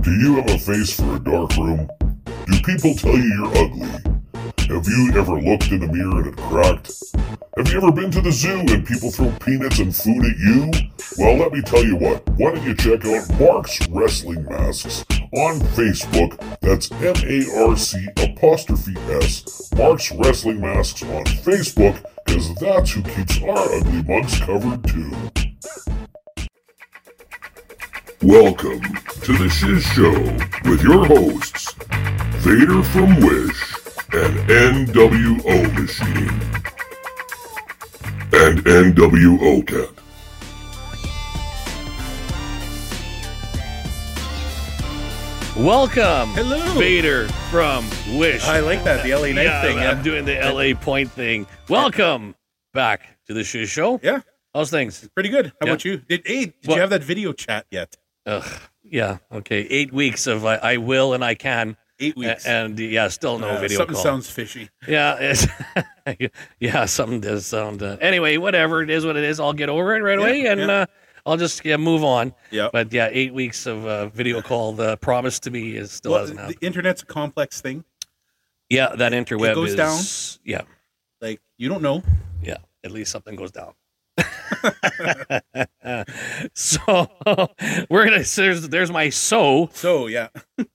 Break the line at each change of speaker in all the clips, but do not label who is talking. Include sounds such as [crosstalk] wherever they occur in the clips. Do you have a face for a dark room? Do people tell you you're ugly? Have you ever looked in the mirror and it cracked? Have you ever been to the zoo and people throw peanuts and food at you? Well, let me tell you what. Why don't you check out Mark's Wrestling Masks on Facebook? That's M A R C apostrophe S. Mark's Wrestling Masks on Facebook, because that's who keeps our ugly mugs covered too. Welcome to the Shiz Show with your hosts, Vader from Wish and NWO Machine. And NWO Cat.
Welcome,
Hello.
Vader from Wish.
I like that the LA Knight
yeah,
thing.
I'm
yeah.
doing the LA point thing. Welcome back to the Shiz Show.
yeah,
How's things?
pretty good. How
Yeah.
about you? Did, hey, did
Well-
you have that video chat yet?
Ugh, yeah. Okay. Eight weeks of uh, I, I will and I can,
Eight
a-
weeks.
and yeah, still no
Uh,
video
something
call.
sounds fishy.
yeah. It's, [laughs] yeah. Something does sound. Uh, anyway, whatever it is, what it is, I'll get over it right away, and
yeah.
Uh, I'll just yeah, move on.
Yeah.
But yeah, eight weeks of uh, video call. The promise to me is still
Well,
hasn't
the
happened.
internet's a complex thing.
Yeah, that interweb
goes
is
down.
yeah.
Like you don't know.
yeah, at least something goes
[laughs]
down. [laughs] so we're gonna there's there's my so
So yeah.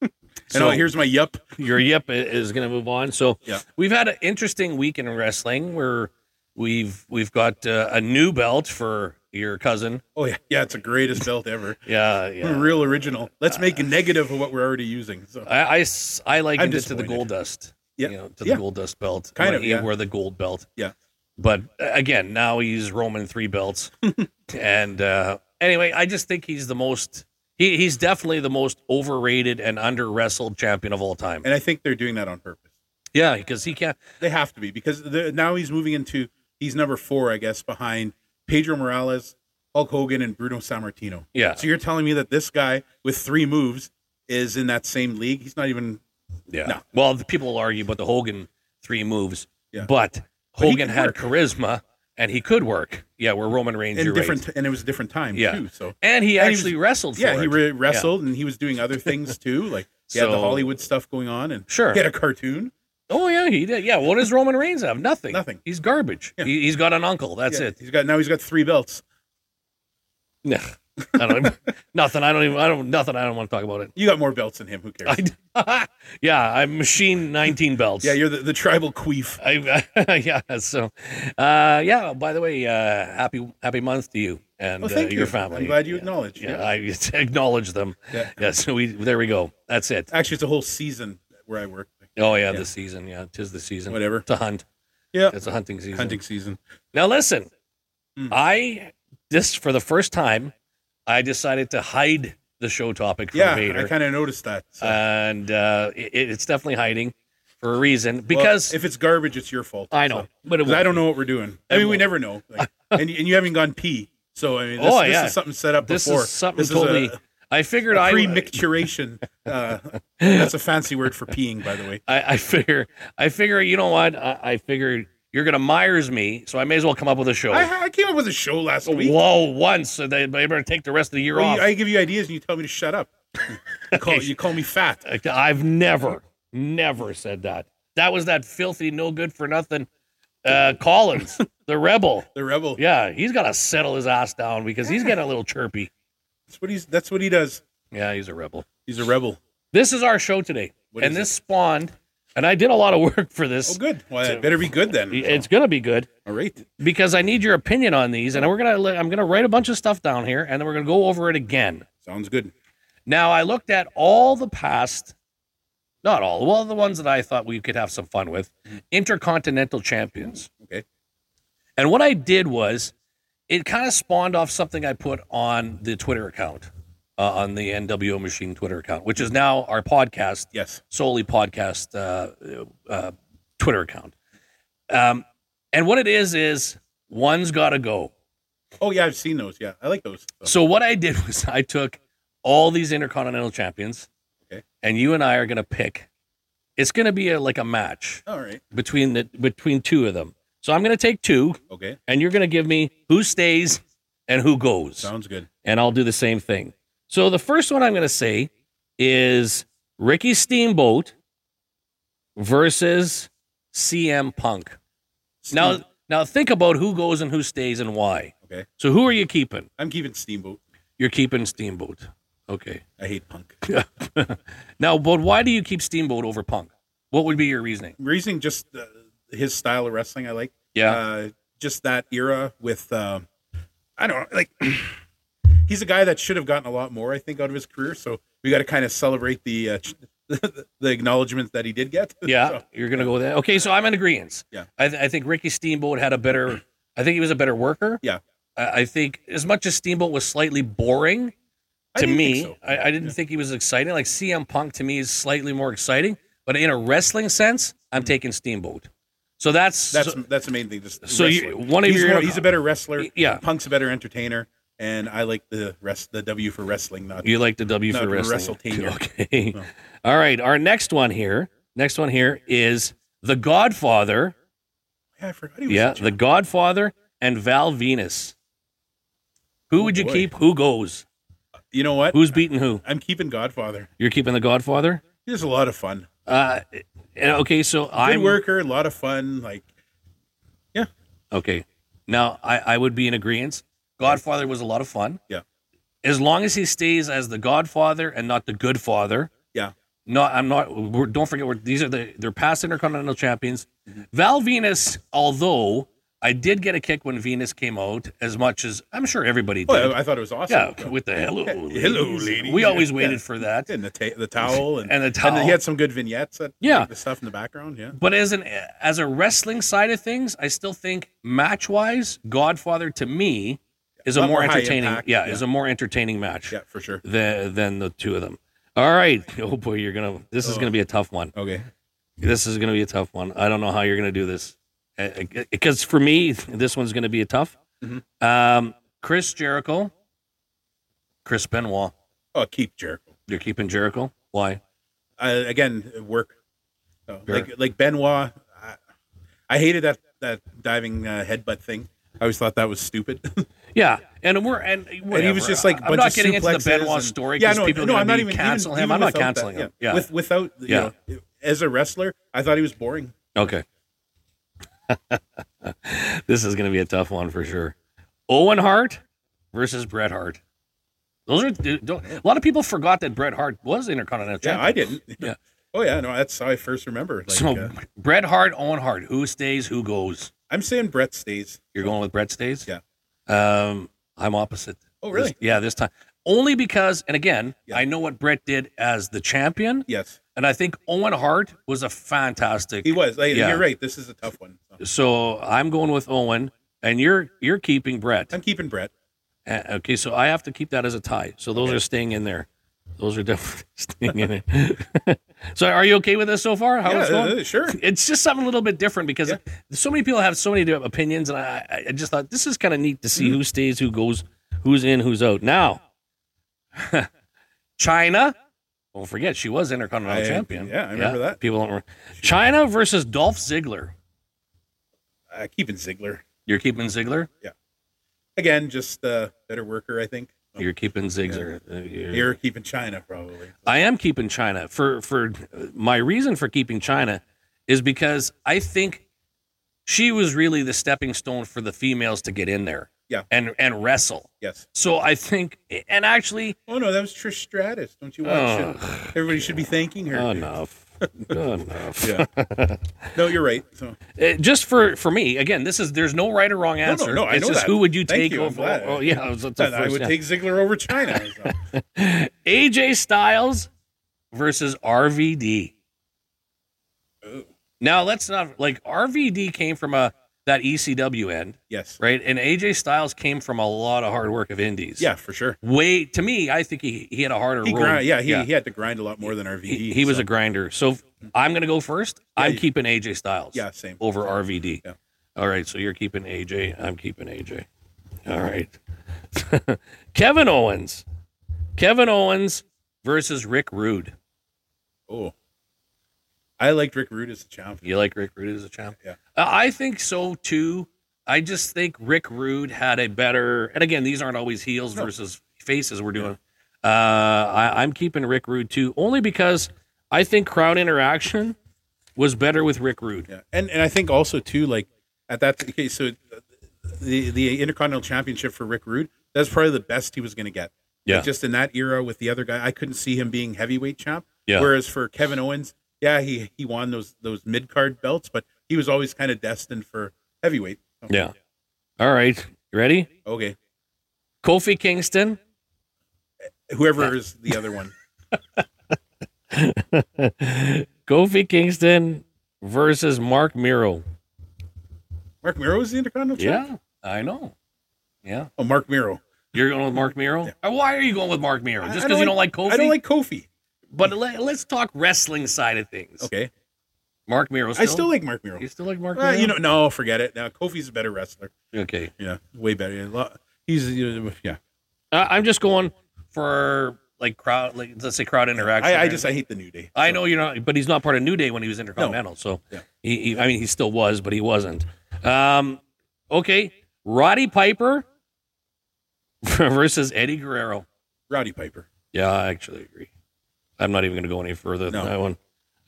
and
So-
oh, here's my yup.
your yep i- is gonna move on. So
Yeah.
we've had an interesting week in wrestling where we've we've got uh, a new belt for your cousin.
Oh yeah, yeah. It's the greatest belt ever.
Yeah, [laughs] yeah.
Real original. Let's make a negative of what we're already using. So
I I, s- I likened
I'm
it to the gold dust.
Yeah.
you know, to the
Yeah.
gold dust belt.
Kind
when
of,
he
yeah.
wore the gold belt.
Yeah.
But uh, again, now he's Roman three
[laughs]
belts. and uh, anyway, I just think he's the most. He, he's definitely the most overrated and under wrestled champion of all time.
and I think they're doing that on purpose.
Yeah, because he can't.
They have to be because the- now he's moving into he's number four, I guess, behind Pedro Morales, Hulk Hogan, and Bruno Sammartino.
Yeah,
So you're telling me that this guy with three moves is in that same league? He's not even.
yeah.
no.
Well, the people will argue about the Hogan three moves,
Yeah.
but
he
Hogan
could
had
work.
charisma and he could work. Yeah, we're Roman Reigns.
And
you're
different,
right.
and it was a different time
Yeah.
too. So
And he
and he was-
actually wrestled. For
yeah, he
it.
re- wrestled and he was doing
[laughs]
other things too, like he had the
So-
Hollywood stuff going on, and
Sure.
he had a cartoon.
Oh yeah, he did. Yeah, what does Roman Reigns have? Nothing.
Nothing.
He's garbage.
Yeah.
He, he's got an uncle. That's
Yeah,
it. [laughs]
He's got now he's got three belts.
No, I don't. nothing. I don't even. I don't. Nothing. I don't want to talk about it. [laughs]
You got more belts than him. Who cares?
I, [laughs] yeah, I'm machine 19 belts.
yeah, you're the, the
[laughs]
tribal queef.
I, yeah. So, uh, yeah. By the way, uh, happy happy month to you and
Oh, thank
uh, your
you.
family.
I'm glad you
yeah.
acknowledge.
Yeah, I [laughs] acknowledge them.
Yeah.
Yeah. So we there we go. That's it.
Actually, it's a whole season where I work.
Oh yeah,
Yeah.
the season. Yeah, tis the season.
Whatever.
To hunt.
Yeah.
It's a hunting season.
Hunting season.
Now listen,
Mm.
I this for the first time, I decided to hide the show topic from
Yeah,
Vader,
I kind of noticed that. so-
and uh, it, it's definitely hiding for a reason
Well,
because
if it's garbage, it's your fault.
I know,
so.
but it
'Cause I
won't
don't
be.
know what we're doing. I
It
mean, we
won't.
never know.
[laughs]
Like, and, you- and you haven't gone pee. So I mean, this,
Oh,
this
yeah.
is something set up
This
before.
is something
this
totally.
is
I figured
a, a
I [laughs]
pre-micturation. uh, that's a fancy word for peeing, by the way.
I, I figure I figure you know what I, I figured you're gonna Myers me, so I may as well come up with a show.
I, I came up with a show last week.
Whoa, once so they, they better take the rest of the year
Well,
Oh, off.
you- I give you ideas and you tell me to
[laughs]
shut up. You call, you call me fat.
I, have never, never said that. That was that filthy, no good for nothing uh, Collins, the rebel.
The rebel.
Yeah, he's got to settle his ass down because he's getting a little chirpy.
That's what he's. That's what he does.
Yeah, he's a rebel.
He's a rebel.
This is our show today.
What
and
is
this spawned, and I did a lot of [laughs] work for
Oh,
this.
good. Well, that better be good then.
It's going to be good
All right.
because I need your opinion on these. And we're going to, I'm going to write a bunch of stuff down here and then we're going to go over it again.
Sounds good.
Now I looked at all the past, not all, well the ones that I thought we could have some fun with, intercontinental champions.
Okay.
And what I did was, it kind of spawned off something I put on the Twitter account, uh, on the NWO Machine Twitter account, which is now our podcast
Yes.
solely podcast uh, uh, Twitter account. Um, and what it is is one's got to go.
Oh yeah, I've seen those. Yeah, I like those. Oh. So,
So what I did [laughs] was I took all these intercontinental champions,
Okay.
and you and I are gonna pick. It's gonna be a, like a match
all right.
between the between two of them. So I'm gonna take two,
Okay.
and you're gonna give me who stays and who goes,
Sounds good.
and I'll do the same thing. So the first one I'm going to say is Ricky Steamboat versus CM Punk. Now,
Steam-
now think about who goes and who stays and why.
Okay.
So who are you keeping?
I'm keeping Steamboat.
You're keeping Steamboat. Okay.
I hate Punk.
[laughs] now, but why do you keep Steamboat over Punk? What would be your reasoning?
Reasoning just uh, his style of wrestling I like.
Yeah.
Uh, just that era with, uh, I don't know, like [clears throat] he's a guy that should have gotten a lot more, I think, out of his career. So we got to kind of celebrate the, uh, [laughs] the acknowledgement that he did get. [laughs]
yeah.
So,
you're going to go with that. Okay. So I'm in agreement.
Yeah.
I, th- I think Ricky Steamboat had a better, I think he was a better worker.
Yeah.
I, I think as much as Steamboat was slightly boring,
I
to
didn't
me,
think so.
I, I didn't
Yeah.
think he was exciting. Like CM Punk to me is slightly more exciting, but in a wrestling sense, I'm taking Steamboat. So that's
Mm-hmm. That's
so,
that's the main thing. Just
so you-
wrestling.
one of
he's,
your
more- he's a better wrestler.
yeah.
Punk's a better entertainer, and I like the rest the W for wrestling. Not
You like the W
No,
for wrestling.
WrestleTania.
[laughs] Okay.
No.
All right. Our next one here. Next one here is The Godfather.
yeah, I forgot he was
Yeah,
a
The
champ.
Godfather and Val Venus. Who
Oh,
would you
boy.
keep? Who goes?
you know what?
Who's beating who?
I'm keeping Godfather.
You're keeping The Godfather?
He was a lot of fun.
Uh okay, so
Good
I'm
worker, a lot of fun. Like
Okay. Now I, I would be in agreement. Godfather was a lot of fun.
Yeah.
As long as he stays as the Godfather and not the Good Father.
Yeah.
No, I'm not. We're, don't forget, we're, these are the they're past Intercontinental champions.
Mm-hmm.
Val Venus, although I did get a kick when Venus came out, as much as I'm sure everybody did.
well, I thought it was awesome.
yeah, with the hello, ladies.
[laughs] hello, ladies.
We always
Yeah.
waited for that.
and the ta- the towel and,
And the
and
towel.
he had some good vignettes. That,
Yeah.
the stuff in the background. Yeah,
But as an as a wrestling side of things, I still think match wise, Godfather to me is a
Lot
more
more high
entertaining.
impact,
yeah,
yeah.
is a more entertaining match
yeah, for sure.
than than the two of them. All right, oh boy, you're gonna. This is
Oh.
gonna be a tough one.
Okay,
This is gonna be a tough one. I don't know how you're gonna do this because for me, this one's gonna be a tough.
Mhm.
Um, Chris Jericho, Chris Benoit.
oh, keep Jericho.
You're keeping Jericho. Why?
uh, again work. So,
Sure.
Like like Benoit, I, I hated that that diving uh, headbutt thing. I always thought that was stupid. [laughs]
Yeah, and we're and
and
whatever.
he was just like a
I'm
bunch
not
of
getting into the
suplexes
Benoit
and-
story
Yeah,
because
no,
people are
no,
gonna
I'm not
be
even
cancel him.
even, even
I'm not
without
canceling
that,
him. Yeah.
With without you
Yeah.
know, as a wrestler, I thought he was boring.
Okay. [laughs] this is going to be a tough one for sure. Owen Hart versus Bret Hart. Those are dude, don't, a lot of people forgot that Bret Hart was Intercontinental
Yeah,
Champion.
I didn't.
Yeah.
[laughs] Oh yeah, no, that's how I first remember. Like,
so
uh,
Bret Hart, Owen Hart, who stays, who goes?
I'm saying Brett stays.
You're going with Bret stays.
Yeah.
Um, I'm opposite.
Oh really?
This- yeah, this time only because, and again,
Yeah.
I know what Bret did as the champion,
Yes,
and I think Owen Hart was a fantastic.
he was. Like,
Yeah.
You're right. This is a tough one. So,
So I'm going with Owen, and you're you're keeping Bret.
I'm keeping Brett.
Uh, Okay, so I have to keep that as a tie. So those are staying in there. Those are [laughs] definitely staying in it. [laughs] so are you okay with this so far? How
yeah,
it's going?
uh, sure.
It's just something a little bit different because
Yeah.
so many people have so many different opinions, and I, I- I just thought this is kind of neat to
Mm-hmm.
see who stays, who goes, who's in, who's out. Now, [laughs] China. Don't forget, she was Intercontinental
I-
Champion.
yeah, I remember that.
People don't. Remember. China versus Dolph Ziggler.
Uh, keeping Ziggler
You're keeping Ziggler.
again. Just uh, better worker, I think. So,
You're keeping Ziggler. Uh, you're-
Oh. You're keeping China probably.
I am keeping China for for my reason for keeping China is because I think she was really the stepping stone for the females to get in there.
Yeah.
And and wrestle.
Yes.
So I think and actually
Oh no, that was Trish Stratus. Don't you watch
Oh.
it? Everybody should be thanking her.
enough. [laughs] enough.
Yeah.
[laughs]
no, you're right. So
Uh, just for for me again, this is there's no right or wrong answer.
no, I
it's
know
just
that.
who would you
Thank
take
you, I'm
over?
glad.
Oh yeah, it was the
that- I
first,
would
yeah.
take Ziggler over China. So.
AJ Styles versus RVD. Now let's not like RVD came from a that ECW end,
yes.
[laughs] right? And AJ Styles came from a lot of hard work of indies.
Yeah, for sure.
Way to me, I think he, he had a harder
He
road.
grind, yeah, he, he had to grind a lot more than RVD.
He, he was
so-
a grinder. So I'm gonna go first. I'm
you-
keeping AJ Styles
yeah, same.
over RVD.
Yeah.
All right, so you're keeping AJ. I'm keeping AJ. All right. [laughs] Kevin Owens. Kevin Owens versus Rick Rude.
Oh, I liked Rick Rude as a champ.
You like Rick Rude as a champ?
Yeah.
Uh, I think so too. I just think Rick Rude had a better, and again, these aren't always heels versus faces we're doing. Uh, I, I'm keeping Rick Rude too, only because I think crowd interaction was better with Rick Rude.
Yeah, and and I think also too, like at that okay, so the the Intercontinental Championship for Rick Rude, that's probably the best he was going to get.
Yeah.
Like, just in that era with the other guy, I couldn't see him being heavyweight champ.
Yeah.
Whereas for Kevin Owens, yeah, he he won those those mid card belts, but he was always kind of destined for heavyweight. So,
Yeah. All right, you ready?
Okay.
Kofi Kingston,
Whoever is the other one.
Kofi Kingston versus Mark Miro.
Mark Miro is the Intercontinental champ.
Yeah, I know. Yeah,
Oh, Mark Miro.
you're going with Mark Miro. Uh, Why are you going with Mark Miro?
I-
Just
I
because
don't
you don't like Kofi?
I don't like Kofi.
But let, us talk wrestling side of things.
Okay.
Mark Miro. Still?
I still like Mark Miro.
You still like Mark
Uh,
Miro?
you know, no, forget it. Now Kofi's a better wrestler.
Okay.
Yeah, way better. A lot- He's yeah.
Uh, I'm just going for like crowd. Like, let's say crowd interaction.
I, I just I hate the New Day.
I know you're not, but he's not part of New Day when he was Intercontinental. So
Yeah.
he, he, I mean, he still was, but he wasn't. Um, okay, Roddy Piper [laughs] versus Eddie Guerrero.
Rowdy Piper.
Yeah, I actually agree. I'm not even going to go any further than
No.
that one.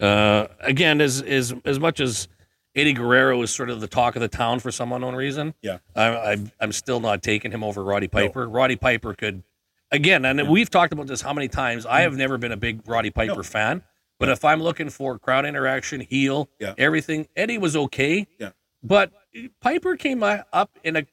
Uh, again, as as as much as Eddie Guerrero is sort of the talk of the town for some unknown reason,
Yeah.
I'm I'm, I'm still not taking him over Roddy Piper. Roddy Piper could, again, and we've talked about this how many times. I have never been a big Roddy Piper
Mm. No.
fan, but if I'm looking for crowd interaction, heel,
Yeah.
everything, Eddie was okay.
Yeah.
but Piper came uh, up in a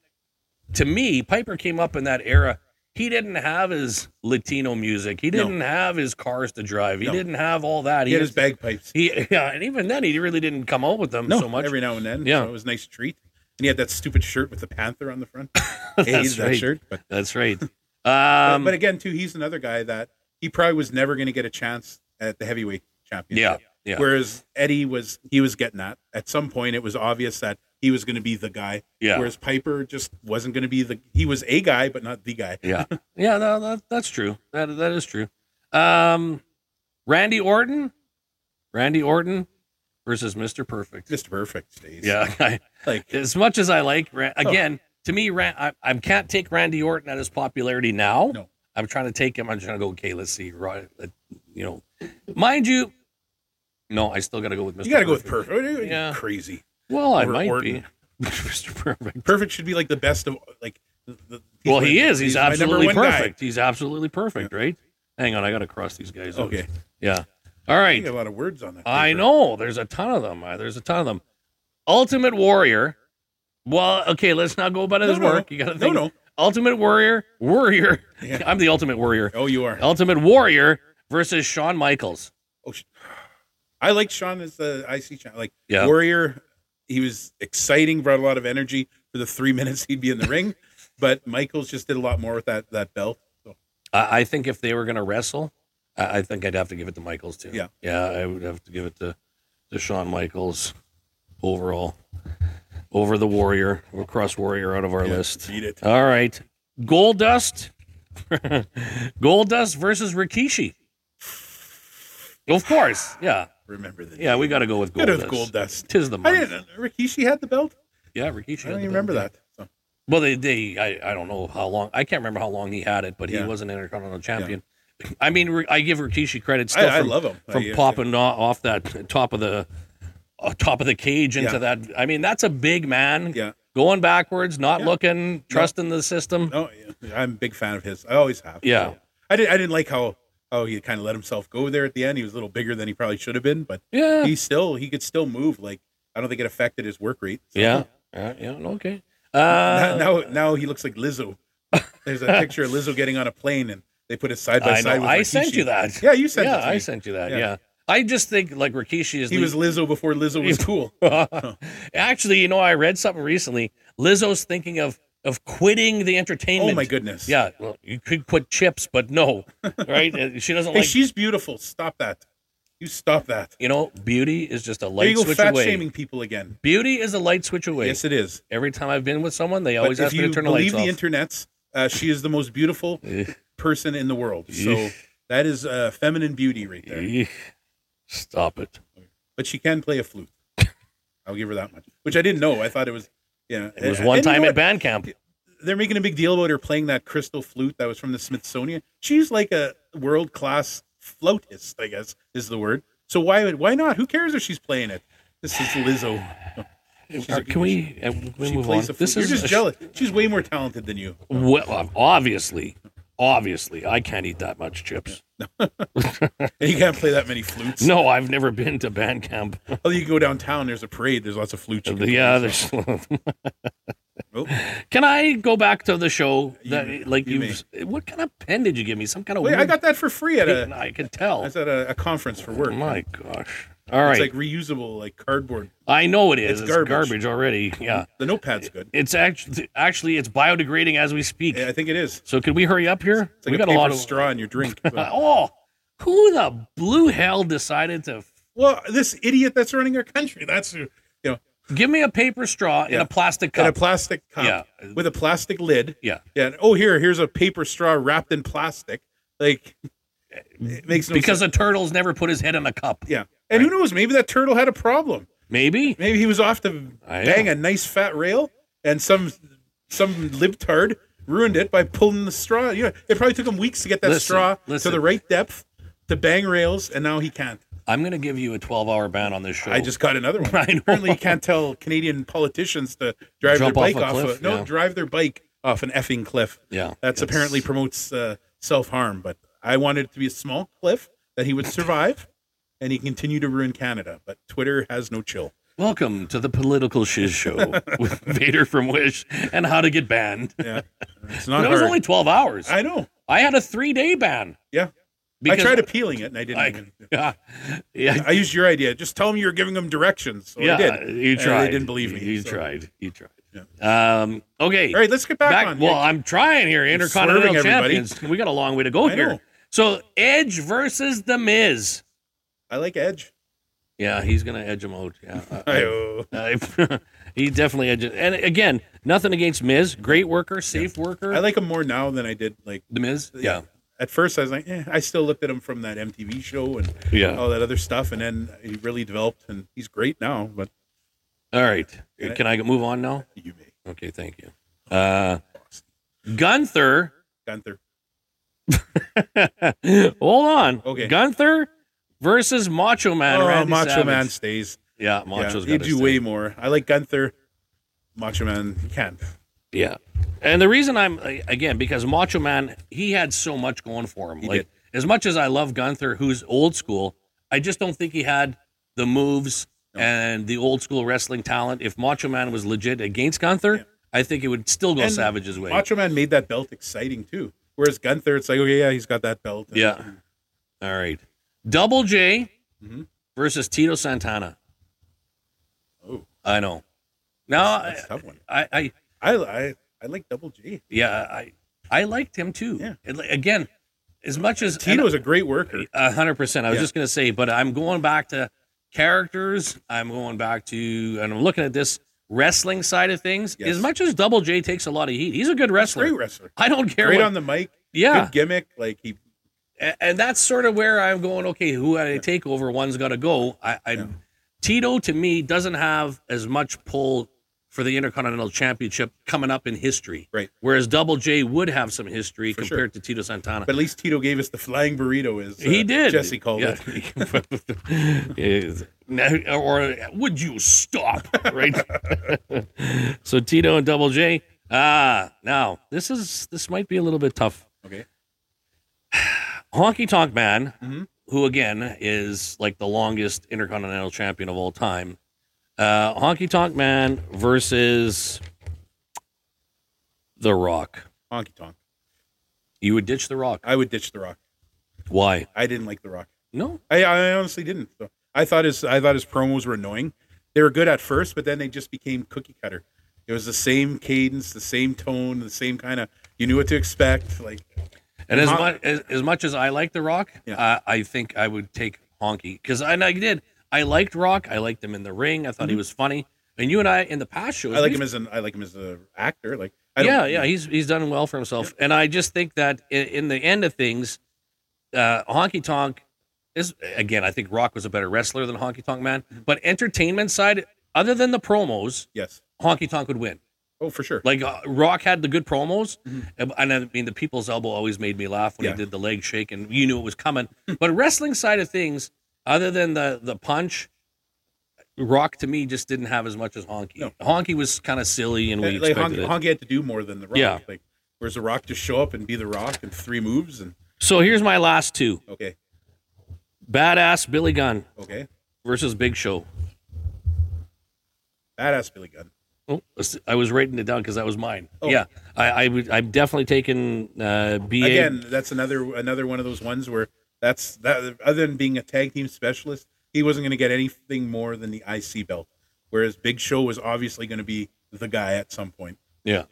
to me, Piper came up in that era. He didn't have his Latino music. He
No.
didn't have his cars to drive. He
No.
didn't have all that.
He had his bagpipes.
he- [laughs] yeah, and even then, he really didn't come out with them
No,
so much.
every now and then.
Yeah.
so it was a nice treat. And he had that stupid shirt with the panther on
[laughs]
the front. Hated that
right.
shirt. [laughs] But,
That's right. Um,
but again, too, he's another guy that he probably was never going to get a chance at the heavyweight
yeah,
championship.
yeah,
Whereas Eddie was, he was getting that. At some point, it was obvious that he was going to be the guy.
yeah,
Whereas Piper just wasn't going to be the. He was a guy, but not the guy. [laughs]
yeah, yeah. No, that, that's true. That that is true. Um, Randy Orton, Randy Orton versus Mister Perfect.
Mr. Perfect days.
Yeah, I,
Like-
as much as I like Ran-
Oh.
again, to me, Ran- I, I can't take Randy Orton at his popularity now.
No.
I'm trying to take him. I'm trying to go. Okay, let's see. Right, let- you know, mind you, no, I still got to go with Mr.
You got to go with
Perfect.
Perfect.
Yeah.
Crazy.
Well, I
over
might [laughs]
Orton.
be Mr. Perfect.
Perfect should be like the best of like. The, the,
Well, he
my-
is. He's,
my number
absolutely
one guy.
perfect. He's absolutely perfect. Right. Hang on, I got to cross these guys. out.
Okay,
Yeah. All
you
right.
got a lot of words on that.
I
paper.
know. There's a ton of them. Uh, There's a ton of them. Ultimate Warrior. Well, okay, let's not go about
No,
his
no,
work. You got to
No,
think.
no.
Ultimate Warrior. Warrior. [laughs]
Yeah.
I'm the Ultimate Warrior.
Oh, you are.
Ultimate Warrior versus Shawn Michaels.
Oh, sh- I like Sean as the IC champ. Like
Yeah.
warrior, he was exciting, brought a lot of energy for the three [laughs] minutes he'd be in the ring. But Michaels just did a lot more with that that belt. So
I, I think if they were going to wrestle, I, I think I'd have to give it to Michaels too.
Yeah.
Yeah, I would have to give it to, to Shawn Michaels overall over the Warrior or Cross Warrior out of our
yeah,
list.
beat it.
All right. Gold [laughs] Dust. Gold Dust versus Rikishi. Of course. Yeah.
Remember the
Yeah, we got to go with Gold
Gotta have
Dust.
gold dust.
Tis the
I
month.
didn't. Rikishi had the belt.
Yeah, Rikishi.
I
had
don't
the
even
belt,
remember
yeah.
that. So,
Well, they, they I, I don't know how long. I can't remember how long he had it, but he
Yeah.
was an Intercontinental Champion. I mean, Ri- I give Rikishi credit
I,
still
I
from,
love him
from
I- uh,
popping o- off that top of the uh, top of the cage into
Yeah.
that. I mean, that's a big man.
Yeah.
Going backwards, not
Yeah.
looking, trusting the system.
Oh, yeah. I'm a big fan of his. I always have.
Yeah.
I didn't. I didn't like how how he kind of let himself go there at the end. He was a little bigger than he probably should have been, but
Yeah.
he still he could still move. Like I don't think it affected his work rate. So,
Yeah. Yeah. yeah. Okay.
[laughs] Now,
Uh,
now now he looks like Lizzo.
[laughs]
There's a picture of Lizzo getting on a plane, and they put it side by
I
side.
know.
with
I
Rikishi.
sent you that.
[laughs] Yeah, you sent.
yeah,
it to
I
me.
sent you that. Yeah.
Yeah.
I just think like Rikishi is.
He
the-
was Lizzo before Lizzo
[laughs]
was cool. [laughs]
Actually, you know, I read something recently. Lizzo's thinking of of quitting the entertainment.
Oh my goodness.
Yeah, well, you could quit chips, but
[laughs]
no, right? Uh, she doesn't
Hey,
like.
she's beautiful. Stop that. You stop that.
you know, beauty is just a
There
light
you go,
switch
fat
away.
shaming people again.
Beauty is a light switch away.
Yes, it is.
Every time I've been with someone, they
But
always
if
ask me
you
to turn the
believe
lights
the
off.
internet's, uh, she is the most beautiful
Eh.
person in the
[laughs]
world. So
Eesh.
that is uh, feminine beauty right
[laughs]
there.
Eeh, Stop it.
But she can play a flute. I'll give her that much, which I didn't know. I thought it was, yeah.
It was one time
at
at band camp.
they're making a big deal about her playing that crystal flute that was from the Smithsonian. She's like a world class flautist, I guess is the word. So why would why not? Who cares if she's playing it? This is
[sighs]
Lizzo. She's a-
Can we, uh, we
She
move on?
plays the flute.
This
You're
is
just
a-
jealous. She's way more talented than you.
Well, um, obviously, obviously, I can't eat that much chips.
And you can't play that many flutes.
No, I've never been to band camp.
Although Oh, you can go downtown, there's a parade. There's lots of flutes. you can
yeah,
play.
there's.
Oh.
can I go back to the show? That
You-
like
you
you, what kind of pen did you give me? Some kind of
Wait,
weird.
I got that for free at
pin?
a
I can tell.
I was at a, a conference for work.
My gosh! All right,
It's like reusable, like cardboard.
I know it is.
it's
It's,
garbage.
garbage. already. Yeah,
The notepad's good.
it's actually actually it's biodegrading as we speak.
Yeah, I think it is.
So can we hurry up here?
It's like
we
a
got a
paper
lot of
straw in your drink.
[laughs]
but-
Oh, who the blue hell decided to
well, this idiot that's running our country. That's who- you know,
give me a paper straw in
Yeah.
a plastic
in
cup?
a plastic cup
Yeah.
with a plastic lid.
yeah,
Yeah. and, oh, here, here's a paper straw wrapped in plastic. Like it makes no
Eh, because
sense.
a turtle's never put his head in a cup.
yeah. And who knows? Maybe that turtle had a problem.
Maybe.
Maybe he was off to
I
bang a nice fat rail, and some some libtard ruined it by pulling the straw. You know, it probably took him weeks to get that
Listen,
straw
listen.
to the right depth to bang rails, and now he can't.
I'm going to give you a 12 hour ban on this show.
I just got another one.
Oh. [laughs] I know.
Apparently, you can't tell Canadian politicians to drive
Jump
their bike
off a
off.
cliff,
a, no,
yeah.
drive their bike off an effing cliff.
Yeah, it's-
that's apparently promotes uh, self harm. But I wanted it to be a small cliff that he would survive, and he continued to ruin Canada. But Twitter has no chill.
Welcome to the Political Shiz
[laughs]
Show with Vader from Wish and how to get banned.
Yeah, it's not
That was
hard.
only 12 hours. I,
I know.
had a three day ban.
Yeah. I tried appealing it and I didn't
I-
even.
Yeah. Yeah.
I used your idea. Just tell them you were giving them directions. So I
yeah, uh,
did.
you
they
tried.
didn't believe me,
You
so.
tried. You tried. Um, okay.
All right, let's get back,
back,
on.
well, I'm trying here. Intercontinental
swerving everybody.
Champions. We got a long way to go
I
here.
know.
So Edge versus The Miz.
I like Edge.
Yeah, he's gonna edge him out. Yeah, I-
I,
I- [laughs] he definitely edges. And again, nothing against Miz. Great worker, safe worker.
I like him more now than I did. Like
the Miz. Yeah,
at first, I was like, eh, I still looked at him from that MTV show and
yeah.
all that other stuff, and then he really developed, and he's great now. But
All right. Can I move on now?
you may,
Okay, thank you. Uh, Gunther. [laughs]
Gunther.
Hold on.
Okay.
Gunther versus Macho Man.
oh,
Randy
Macho
Savage.
Man stays.
Yeah,
Yeah,
Macho's
he'd
got
do way more. I like Gunther. Macho Man he can't.
Yeah. And the reason I'm again because Macho Man he had so much going for him.
He
like
did.
as much as I love Gunther, who's old school, I just don't think he had the moves
No.
and the old school wrestling talent. If Macho Man was legit against Gunther,
Yeah.
I think it would still go
And
Savage's way.
Macho Man made that belt exciting too. Whereas Gunther, it's like, oh yeah, he's got that belt. and-
yeah. All right. Double J
Mhm.
versus Tito Santana.
Oh,
I know. Now
that's a tough one.
I, I
I, I I like Double J.
yeah, I I liked him too.
Yeah.
And, like, again, as much as and-
Tito's a great worker.
A hundred percent. I was
Yeah.
just gonna say, but I'm going back to characters. I'm going back to, and I'm looking at this wrestling side of things.
Yes.
As much as Double J takes a lot of heat, he's a good wrestler.
Great wrestler.
I don't care.
Great
what-
on the mic.
yeah,
Good gimmick. Like he
A- and that's sort of where I'm going. Okay, who I take over? One's got to go. I, I
Yeah.
Tito to me doesn't have as much pull for the Intercontinental Championship coming up in history.
Right.
Whereas Double J would have some history
For sure.
compared to Tito Santana.
But at least Tito gave us the flying burrito. Is
he did.
Jesse called
Yeah.
it.
Is- now- or would you stop? Right. [laughs] so Tito and Double J. Ah, now this is this might be a little bit tough.
[laughs] Okay.
Honky Tonk Man,
Mhm.
who again is like the longest Intercontinental Champion of all time. Uh, Honky Tonk Man versus The Rock.
Honky Tonk.
You would ditch The Rock.
I would ditch The Rock.
Why?
I didn't like The Rock.
No.
I, I honestly didn't. So I thought his I thought his promos were annoying. They were good at first, but then they just became cookie cutter. It was the same cadence, the same tone, the same kind of you knew what to expect. Like
And as
Hon-
much as, as much as I like The Rock,
Yeah.
uh, I think I would take Honky because and I did. I liked Rock. I liked him in the ring. I thought he was funny. And you and I in the past shows,
Mm-hmm. I like
we've-
him as an I like him as an actor. Like I don't,
yeah, yeah, he's he's done well for himself. And I just think that in, in the end of things, uh, Honky Tonk is again. I think Rock was a better wrestler than
Mm-hmm.
Honky Tonk Man. But entertainment side, other than the promos,
Yes.
Honky Tonk would win.
Oh, for sure.
Like uh, Rock had the good promos, and, and I mean the people's elbow always made me laugh when
Mm-hmm. Yeah.
he did the leg shake, and you knew it was coming. but wrestling side of things, other than the the punch, Rock to me just didn't have as much as Honky.
No.
Honky was kind of silly, and we
like
expected
Honky,
it.
Honky had to do more than the Rock.
Yeah.
Like, whereas the Rock just show up and be the Rock in three moves and
So here's my last two:
okay,
Badass Billy Gunn
okay,
versus Big Show.
badass Billy Gunn.
Oh, I was writing it down because that was mine.
Oh.
Yeah, I, I would, I'm definitely taking uh, BA.
Again, that's another another one of those ones where that's that other than being a tag team specialist, he wasn't going to get anything more than the IC belt. Whereas Big Show was obviously going to be the guy at some point.
Yeah.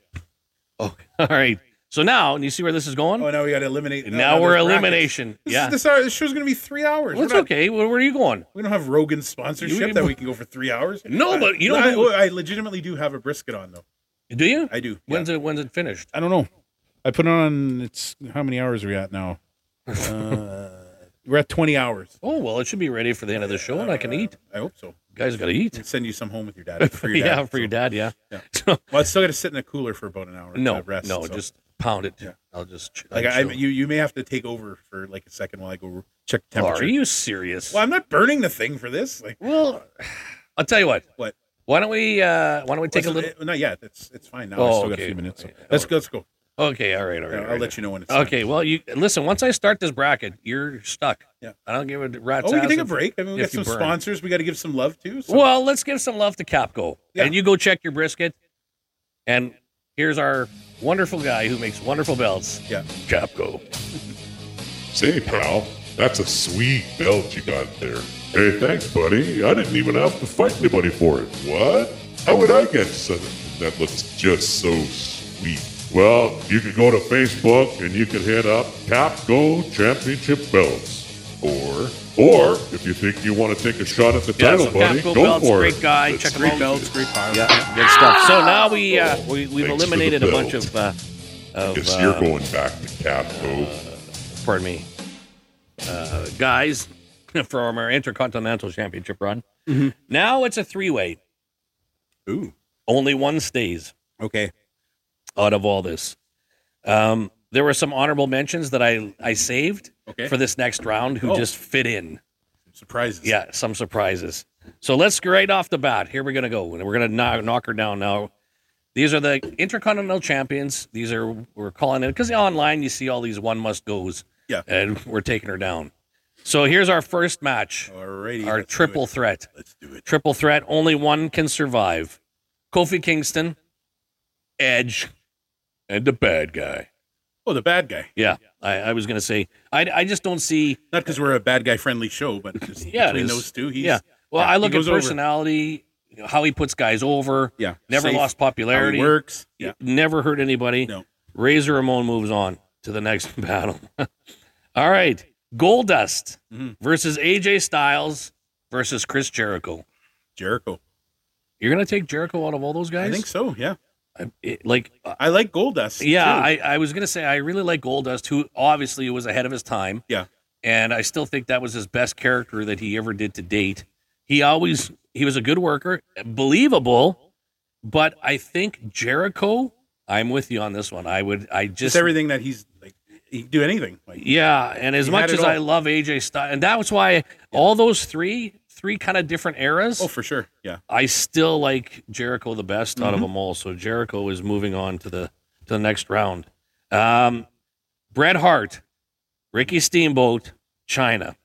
Oh, [laughs] all right. So now, and you see where this is going?
Oh, now we got to eliminate.
now
no,
we're
there's brackets.
elimination.
This,
yeah.
is, this, hour, this show's going to be three hours.
Well, it's
We're not-
okay. Where, where are you going?
We don't have Rogan sponsorship
You-
that we can go for three hours.
No, but you know
I,
who-
I legitimately do have a brisket on though.
Do you?
I do.
When's it? When's it finished?
I don't know. I put on. It's how many hours are we
[laughs]
at now? uh, we're at twenty hours.
Oh well, it should be ready for the end of the show, and I can eat.
I hope so.
Guys, got to eat.
And send you some home with your
[laughs]
dad. [laughs] For your dad
yeah, for your
so.
dad. Yeah.
Yeah.
[laughs] So,
Well, it's still got to sit in a cooler for about an hour. to
no,
rest,
no,
so.
just pound it.
Yeah.
I'll just ch-
like
I'll
I,
chill.
you, you may have to take over for like a second while I go check the
Are
temperature.
you serious?
Well, I'm not burning the thing for this. Like
Well, I'll tell you what.
What?
Why don't we? uh Why don't we take a
listen,
little?
it- not yet. It's it's fine now.
Oh,
I still got
okay.
a few minutes. so.
Okay.
Let's go. Let's go.
Okay. All right. All right.
Yeah,
all
I'll
right.
let you know when it's time.
Okay, well, you listen. Once I start this bracket, you're stuck.
Yeah.
I don't give a rat's
Oh, we can
ass
take a
if-
break. I mean, we got
if you
some
burn.
sponsors. We got to give some love to. So.
Well, let's give some love to Capco,
Yeah.
and you go check your brisket. And here's our wonderful guy who makes wonderful belts,
yeah.
Capco.
Say, pal, that's a sweet belt you got there. Hey, thanks, buddy. I didn't even have to fight anybody for it. What? How would I get something that looks just so sweet? Well, you can go to Facebook and you can hit up Capco Championship Belts. Or, or if you think you want to take a shot at the
Yeah,
title,
so
buddy,
Capco
go
Belts,
for
great
it.
guy.
It's
Check him
great
Great belts, great power.
Good stuff. So now we uh, we
Thanks
we've
for
eliminated a
the
bunch
belt.
of uh, of
Yes,
uh,
you're going back to Capco.
pardon me, uh, guys [laughs] from our Intercontinental Championship run.
Mm-hmm.
Now it's a three way.
Ooh.
Only one stays.
Okay.
out of all this. Um, there were some honorable mentions that I I saved
Okay.
for this next round who
Oh.
just fit in.
Surprises.
Yeah, some surprises. So let's go right off the bat. Here we're gonna go, and we're gonna knock, knock her down now. These are the intercontinental champions. These are we're calling it because online you see all these one must goes.
Yeah.
and we're taking her down. So here's our first match,
Oh, Alrighty.
our
let's do
triple
it.
threat.
Let's do it.
Triple threat. Only one can survive. Kofi Kingston, Edge, and the bad guy.
Oh, the bad guy.
Yeah, I, I was going to say I, I just don't see.
Not because we're a bad guy friendly show, but just
Yeah, it
between
is.
those two, he's
yeah, well,
yeah,
I
he
look at
goes over.
personality, you know, how he puts guys over.
yeah,
never
safe,
lost
how he
popularity.
works. Yeah.
never hurt anybody.
No.
Razor Ramon moves on to the next [laughs] battle. All right, Goldust
Mhm.
versus AJ Styles versus Chris Jericho.
Jericho.
You're going to take Jericho out of all those guys?
I think so. Yeah.
I- it- like, uh,
I like Goldust.
yeah,
too.
I, I was going to say I really like Goldust, who obviously was ahead of his time.
yeah.
and I still think that was his best character that he ever did to date. He always he was a good worker, believable, but I think Jericho. I'm with you on this one. I would I
Just
just
everything that he's like, he can do anything. Like,
yeah, and as
He
much
had it
as I
all.
love AJ Styles, and that was why all those three three kind of different eras.
oh, for sure. Yeah.
I still like Jericho the best
Mm-hmm.
out of them all. So Jericho is moving on to the to the next round. Um, Bret Hart, Ricky Steamboat, China.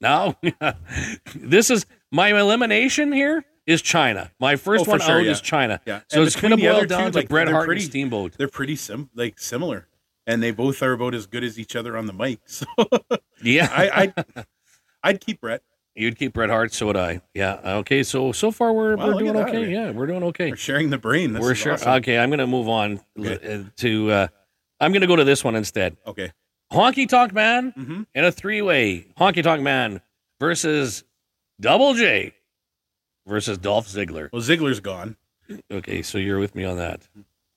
Now, [laughs] this is my elimination here is China. My first
Oh, for
one
sure,
out
yeah.
is China.
Yeah.
So
And
it's going to
between the
boil
other
down
two,
to
like,
Bret
they're
Hart
pretty-
and
[laughs]
Steamboat.
They're pretty sim like similar, and they both are about as good as each other on the mic. [laughs] So
Yeah,
I, I'd, [laughs] I'd keep Brett.
you'd keep Bret Hart, so would I. Yeah. Okay. So so far we're
Wow,
we're
look at
doing
that.
okay. Yeah, we're doing okay.
We're sharing the brain. This
we're
is
sure.
awesome.
Okay, I'm going to move on
Okay.
uh, to. Uh, I'm going to go to this one instead.
Okay.
Honky Tonk Man
hmm
in a three way. Honky Tonk Man versus Double J versus Dolph Ziggler.
Well, Ziggler's gone.
Okay, so you're with me on that.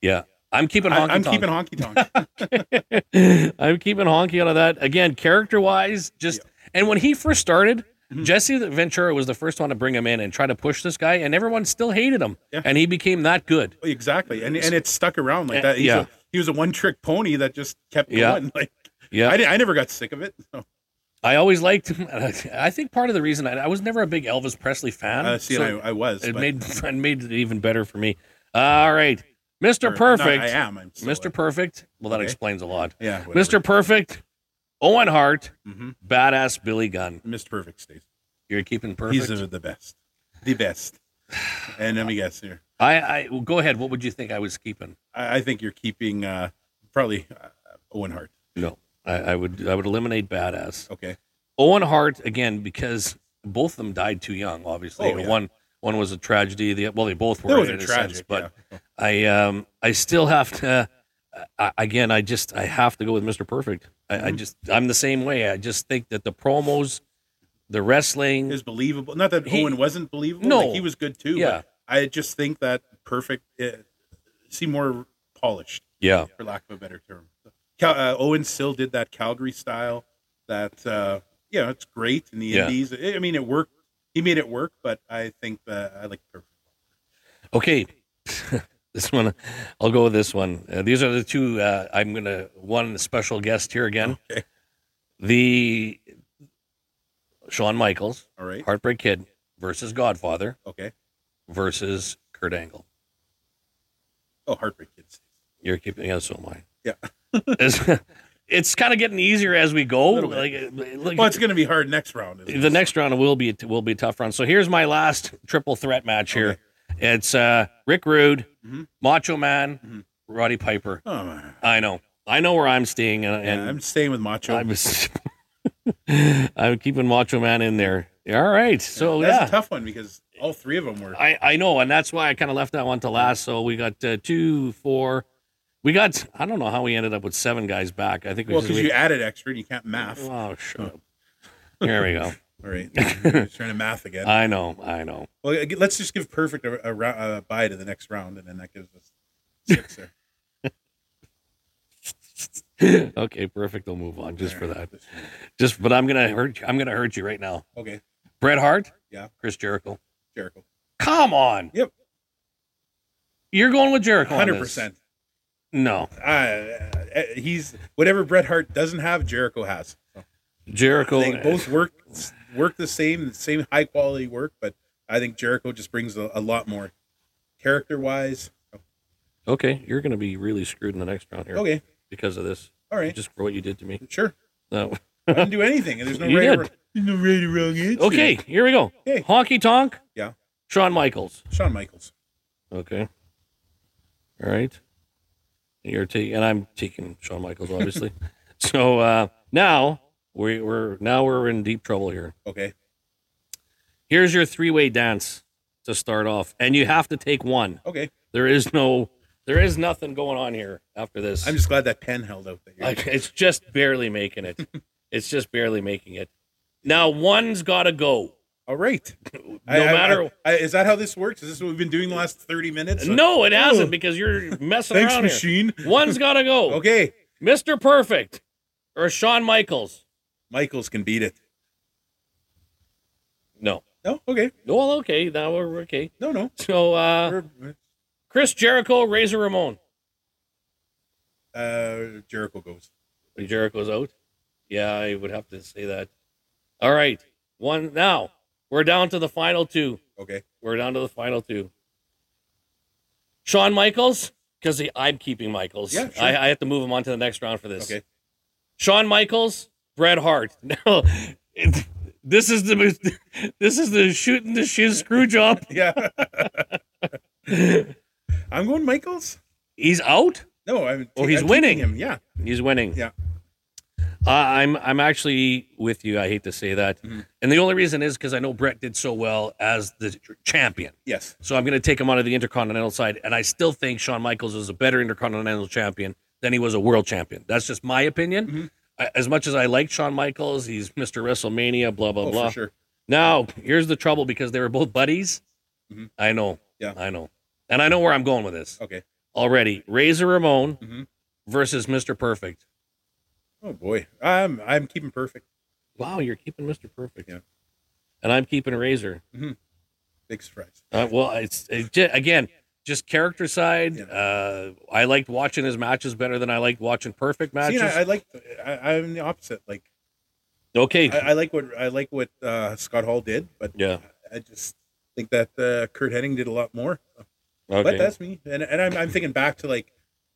Yeah. I'm keeping
I,
Honky
I'm
Tonk. [laughs]
keeping honky tonk.
I'm keeping Honky out of that. Again, character wise, just. And when he first started,
Mm-hmm.
Jesse Ventura was the first one to bring him in and try to push this guy, and everyone still hated him,
Yeah.
and he became that good.
Exactly, and and it stuck around
Eh,
like that. He's
yeah.
a- he was a one trick pony that just kept
Yeah.
going. [laughs] Like
Yeah,
I, didn't, I never got sick of it. So,
I, always liked him. [laughs] and I I think part of the reason I, I was never a big Elvis Presley fan.
uh, see,
so
and I, I was.
it
but-
made [laughs] it made it even better for me. All right, Mister
or-
Perfect,
No, I am. I'm still
Mister
a-
Perfect. Well, that
Okay.
explains a lot.
yeah. Whatever.
Mister Perfect, Owen Hart,
Mhm.
badass Billy Gunn.
Mr. Perfect stays.
You're keeping perfect.
He's the, the best. The best. And let me guess here.
I, I well, go ahead. What would you think I was keeping?
I, I think you're keeping uh, probably uh, Owen Hart.
No, I, I would I would eliminate badass.
Okay.
Owen Hart again because both of them died too young. Obviously,
Oh, yeah.
one one was a tragedy. The well, they both were
That was
in
a
a
tragic.
sense, but I um I still have to. I, again, I just I have to go with Mr. Perfect. I,
Mm-hmm.
I just I'm the same way. I just think that the promos, the
yeah.
wrestling,
is believable. Not that
He-
Owen wasn't believable.
No.
like, he was good too.
Yeah.
But I just think that Perfect it, seemed more polished,
yeah,
for lack of a better term. Cal, uh, Owen still did that Calgary style. That uh, yeah, it's great in the
Yeah.
Indies. I I mean, it worked. He made it work, but I think that I like Perfect.
Okay. [laughs] this one, I'll go with this one. Uh, these are the two. Uh, I'm going to, one special guest here again.
Okay.
The Shawn Michaels,
All right.
Heartbreak Kid versus Godfather
Okay.
versus Kurt Angle.
Oh, Heartbreak Kids.
You're keeping us so mine.
Yeah.
[laughs] it's it's kind of getting easier as we go.
Little
Like,
bit.
uh, like-
Well, it's going to be hard next round. isn't it?
the next round will be will be a tough round. So here's my last triple threat match here. It's uh, Rick Rude,
Mhm.
Macho Man,
Mhm.
Roddy Piper,
Oh, man.
I know. I know where I'm staying, and,
Yeah, I'm staying with Macho.
and I'm, [laughs] I'm keeping Macho Man in there. All right, so
That's
yeah,
a tough one because all three of them were.
I I know, and that's why I kind of left that one to last. So we got uh, two, four. We got I don't know how we ended up with seven guys back. I think we
well,
just
because
we,
you added extra and you can't math. All
oh shut up. There we
[laughs]
go.
right,
[laughs]
You're trying to math again.
I know, I
[laughs]
know.
Well, ag- let's just give perfect a, a, rou- a bye to the next round, and then that gives us six there.
Okay, perfect. I'll move on [laughs] just for that. Just, but I'm gonna hurt. You. I'm gonna hurt you right now.
Okay,
Bret Hart.
Yeah.
Chris Jericho.
Jericho,
Come on.
Yep.
You're going with Jericho. on this.
hundred percent. Uh,
No.
He's whatever Bret Hart doesn't have, Jericho has.
Jericho.
They
[laughs]
both work work the same, same high quality work, but I think Jericho just brings a, a lot more character wise.
Okay, you're going to be really screwed in the next round here
Okay,
because of this.
all right,
Just for what you did to me.
sure.
No.
I didn't do anything. and There's
[laughs]
no
You
right or
did.
wrong. There's no right or wrong answer.
Okay, here we go.
Okay.
Honky Tonk.
Yeah.
Shawn Michaels.
Shawn Michaels.
Okay. All right. And you're taking, and I'm taking Shawn Michaels,
[laughs]
obviously. so uh, now we, we're now we're in deep trouble here.
Okay.
Here's your three way dance to start off, and you have to take one.
Okay.
There is no, there is nothing going on here after this.
I'm just glad that pen held out that
Like, it's just barely making
[laughs]
it. It's just barely making it. Now one's got to go.
All right.
No
I- I-
matter.
I, is that how this works? Is this what we've been doing the last 30 minutes?
no, it hasn't because you're messing
Thanks,
around here.
machine. [laughs]
One's got to go.
Okay.
Mr. Perfect or Shawn Michaels.
Michaels can beat it.
No.
No? Okay.
No, Well, okay. Now we're we're okay.
No, no.
So, uh,
We're, we're-
Chris Jericho, Razor Ramon.
uh, Jericho goes.
Jericho's out. Yeah, I would have to say that. All right. One. Now we're down to the final two.
Okay.
We're down to the final two. Shawn Michaels, because I'm keeping Michaels.
Yeah, sure.
I, I have to move him on to the next round for this.
Okay.
Shawn Michaels, Bret Hart. [laughs] No, it- this is the most- this is the shooting the shiz screw job. [laughs]
Yeah. I'm going Michaels.
He's out.
No, I'm.
Oh, he's
I'm taking
winning.
him. Yeah.
He's winning.
Yeah.
Uh, I'm I'm actually with you. I hate to say that,
Mhm.
and the only reason is because I know Bret did so well as the champion.
Yes.
So I'm going to take him out of the Intercontinental side, and I still think Shawn Michaels is a better Intercontinental champion than he was a world champion. That's just my opinion.
Mhm.
I, as much as I like Shawn Michaels, he's Mr. WrestleMania, blah blah
Oh,
blah.
for sure.
Now here's the trouble because they were both buddies.
Mhm.
I know,
Yeah.
I know, and I know where I'm going with this
Okay.
already. Razor Ramon
Mhm.
versus Mr. Perfect.
Oh boy. I'm. I'm keeping perfect.
Wow, you're keeping Mr. Perfect.
Yeah.
and I'm keeping Razor.
Big surprise.
Uh, well, it's it, ju- again just character side.
Yeah.
Uh, I liked watching his matches better than I liked watching perfect
See,
matches.
and I, I like. I, I'm the opposite. Like
okay,
I, I like what I like what uh, Scott Hall did, but
yeah,
I just think that uh, Kurt Hennig did a lot more. But
okay.
that's me, and and I'm, I'm thinking back to like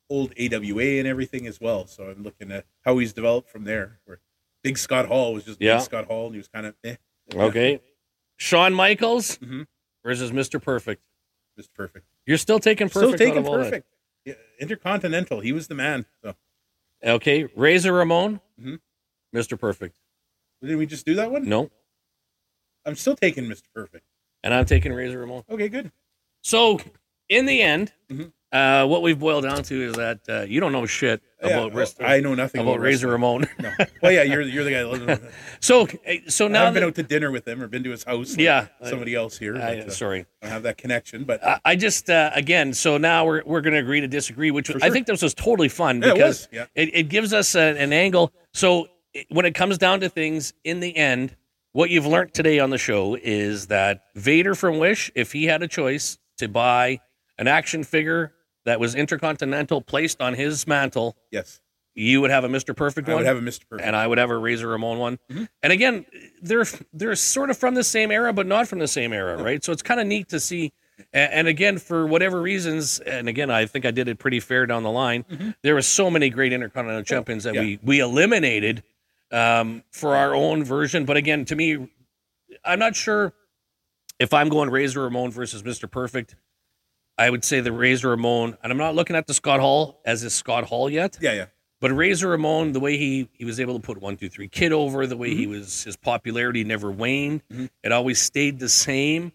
old AWA and everything as well. So I'm looking at how he's developed from there. Where Big Scott Hall was just
Yeah.
Big Scott Hall, and he was kind of eh,
Okay, Shawn Michaels
Mhm.
versus Mr. Perfect.
just perfect.
You're still taking perfect.
Still
out
taking
of all that.
perfect. Yeah, Intercontinental, he was the man. So
Okay, Razor Ramon,
Mhm.
Mr. Perfect.
did we just do that one?
No,
I'm still taking Mr. Perfect.
and I'm taking Razor Ramon.
Okay, good.
So, in the end,
Mhm.
uh, what we've boiled down to is that uh, you don't know shit
Yeah,
about wrist-
I know nothing
about Razor Ramon. [laughs]
wrestling. No. Well, yeah, you're you're the guy. That lives with
so, so
I
now,
haven't been
that-
out to dinner with him or been to his house. like
yeah,
somebody else here.
I,
but, uh,
sorry.
I don't have that connection, but
I I just uh, again, so now we're we're going to agree to disagree, which
For
I
sure.
think this was totally fun
Yeah, it
because
was, yeah.
it, it gives us a, an angle. So it- when it comes down to things, in the end, what you've learned today on the show is that Vader from Wish, if he had a choice to buy an action figure that was intercontinental placed on his mantle,
yes,
you would have a Mister Perfect
I
one,
would have a Mr. Perfect.
and I would have a Razor Ramon one.
Mhm.
And again, they're they're sort of from the same era, but not from the same era, right? So it's kind of neat to see. A- And again, for whatever reasons, and again, I think I did it pretty fair down the line.
Mhm.
There were so many great Intercontinental champions that
Oh, yeah.
we we eliminated um, for our own version. But again, to me, I'm not sure if I'm going Razor Ramon versus Mr. Perfect. I would say the Razor Ramon, and I'm not looking at the Scott Hall as is Scott Hall yet.
yeah, yeah.
But Razor Ramon, the way he he was able to put one, two, three kid over, the way
Mm-hmm.
he was his popularity never waned.
Mhm.
It always stayed the same.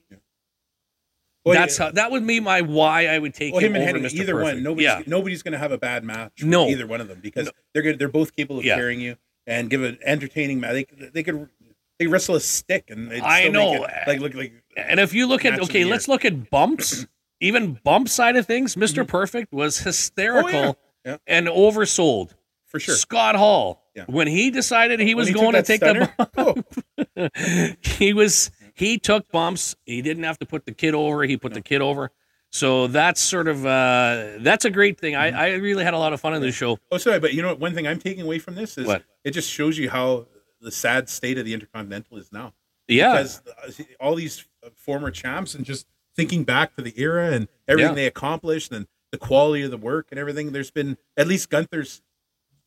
Well,
That's
yeah,
how that would be my why I would take
well,
him,
him and
over
Henning,
Mr.
either
Perfect.
one. Nobody's
yeah.
nobody's going to have a bad match. with
No.
either one of them because
No.
they're good. They're both capable of
Yeah.
carrying you and give an entertaining match. They could- they could they could wrestle a stick and they'd
I
still make
know.
it, like look like
And if you look
Match
at
of
okay,
the Mm-hmm.
let's look at bumps. Even bump side of things, mister Perfect was hysterical
Oh, Yeah.
and oversold.
for sure.
Scott Hall,
Yeah.
when he decided he was
When
going to
took
take
that
the
stunner- [laughs] oh,
[laughs] he was he took bumps. He didn't have to put the kid over. He put the kid over. So that's sort of uh, that's a great thing. I, I really had a lot of fun on this show.
oh, sorry, but you know what? One thing I'm taking away from this is
What?
it just shows you how the sad state of the Intercontinental is now.
Yeah,
because uh, all these former champs and just thinking back to the era and everything
Yeah.
they accomplished and the quality of the work and everything. There's been at least Gunther's.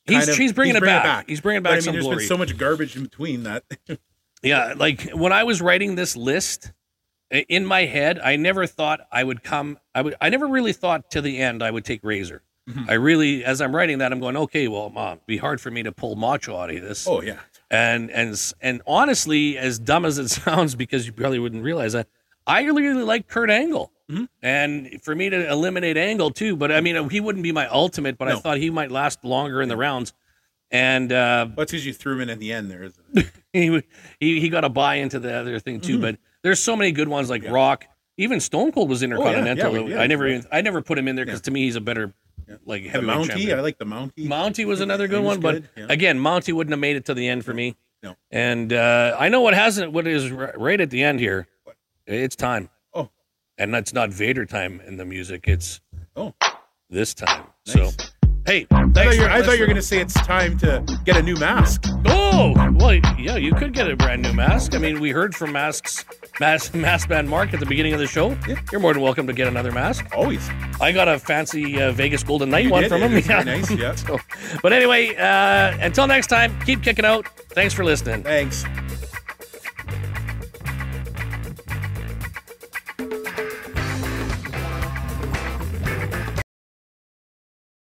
he's
kind of-
he's bringing it back. He's bringing
But I
back
mean,
some
there's
glory.
been so much garbage in between that.
[laughs] yeah, like when I was writing this list i- in my head, I never thought I would come. I would. I never really thought to the end I would take Razor.
Mhm.
I really, as I'm writing that, I'm going, okay, well, mom, it'd be hard for me to pull Macho out of this.
oh yeah,
And and and honestly, as dumb as it [laughs] sounds, because you probably wouldn't realize that, I really like Kurt Angle.
Mhm.
And for me to eliminate Angle too, but I mean uh, he wouldn't be my ultimate, but I
No.
thought he might last longer in the rounds. And uh, [laughs]
well, that's because you threw him in at the end. There isn't it?
he w- he he got a buy into the other thing too.
Mhm.
But there's so many good ones like
Yeah.
Rock, even Stone Cold was intercontinental.
we- yeah,
I never
we-
even I never put him in there because
Yeah.
to me he's a better
Yeah.
like
the
heavyweight
Mountie.
champion.
I like the Mountie.
Mountie was another good
He was
one,
good,
but
yeah.
again, Mountie wouldn't have made it to the end for me.
No.
And uh, I know what hasn't, what is r- right at the end here. It's time.
Oh.
And that's not Vader time in the music. It's
Oh.
this time. So,
Nice.
hey,
I thought
thanks
you were,
for
I thought
listening.
you were going to say it's time to get a new mask.
Oh, well, yeah, you could get a brand new mask. I mean, we heard from masks, mask, mask band Mark at the beginning of the show.
Yeah.
You're more than welcome to get another mask.
Always.
I got a fancy uh, Vegas Golden Knight
You
one
did,
from
it
him. [laughs]
was very nice, yeah.
So, but anyway, uh, until next time, keep kicking out. Thanks for listening.
Thanks.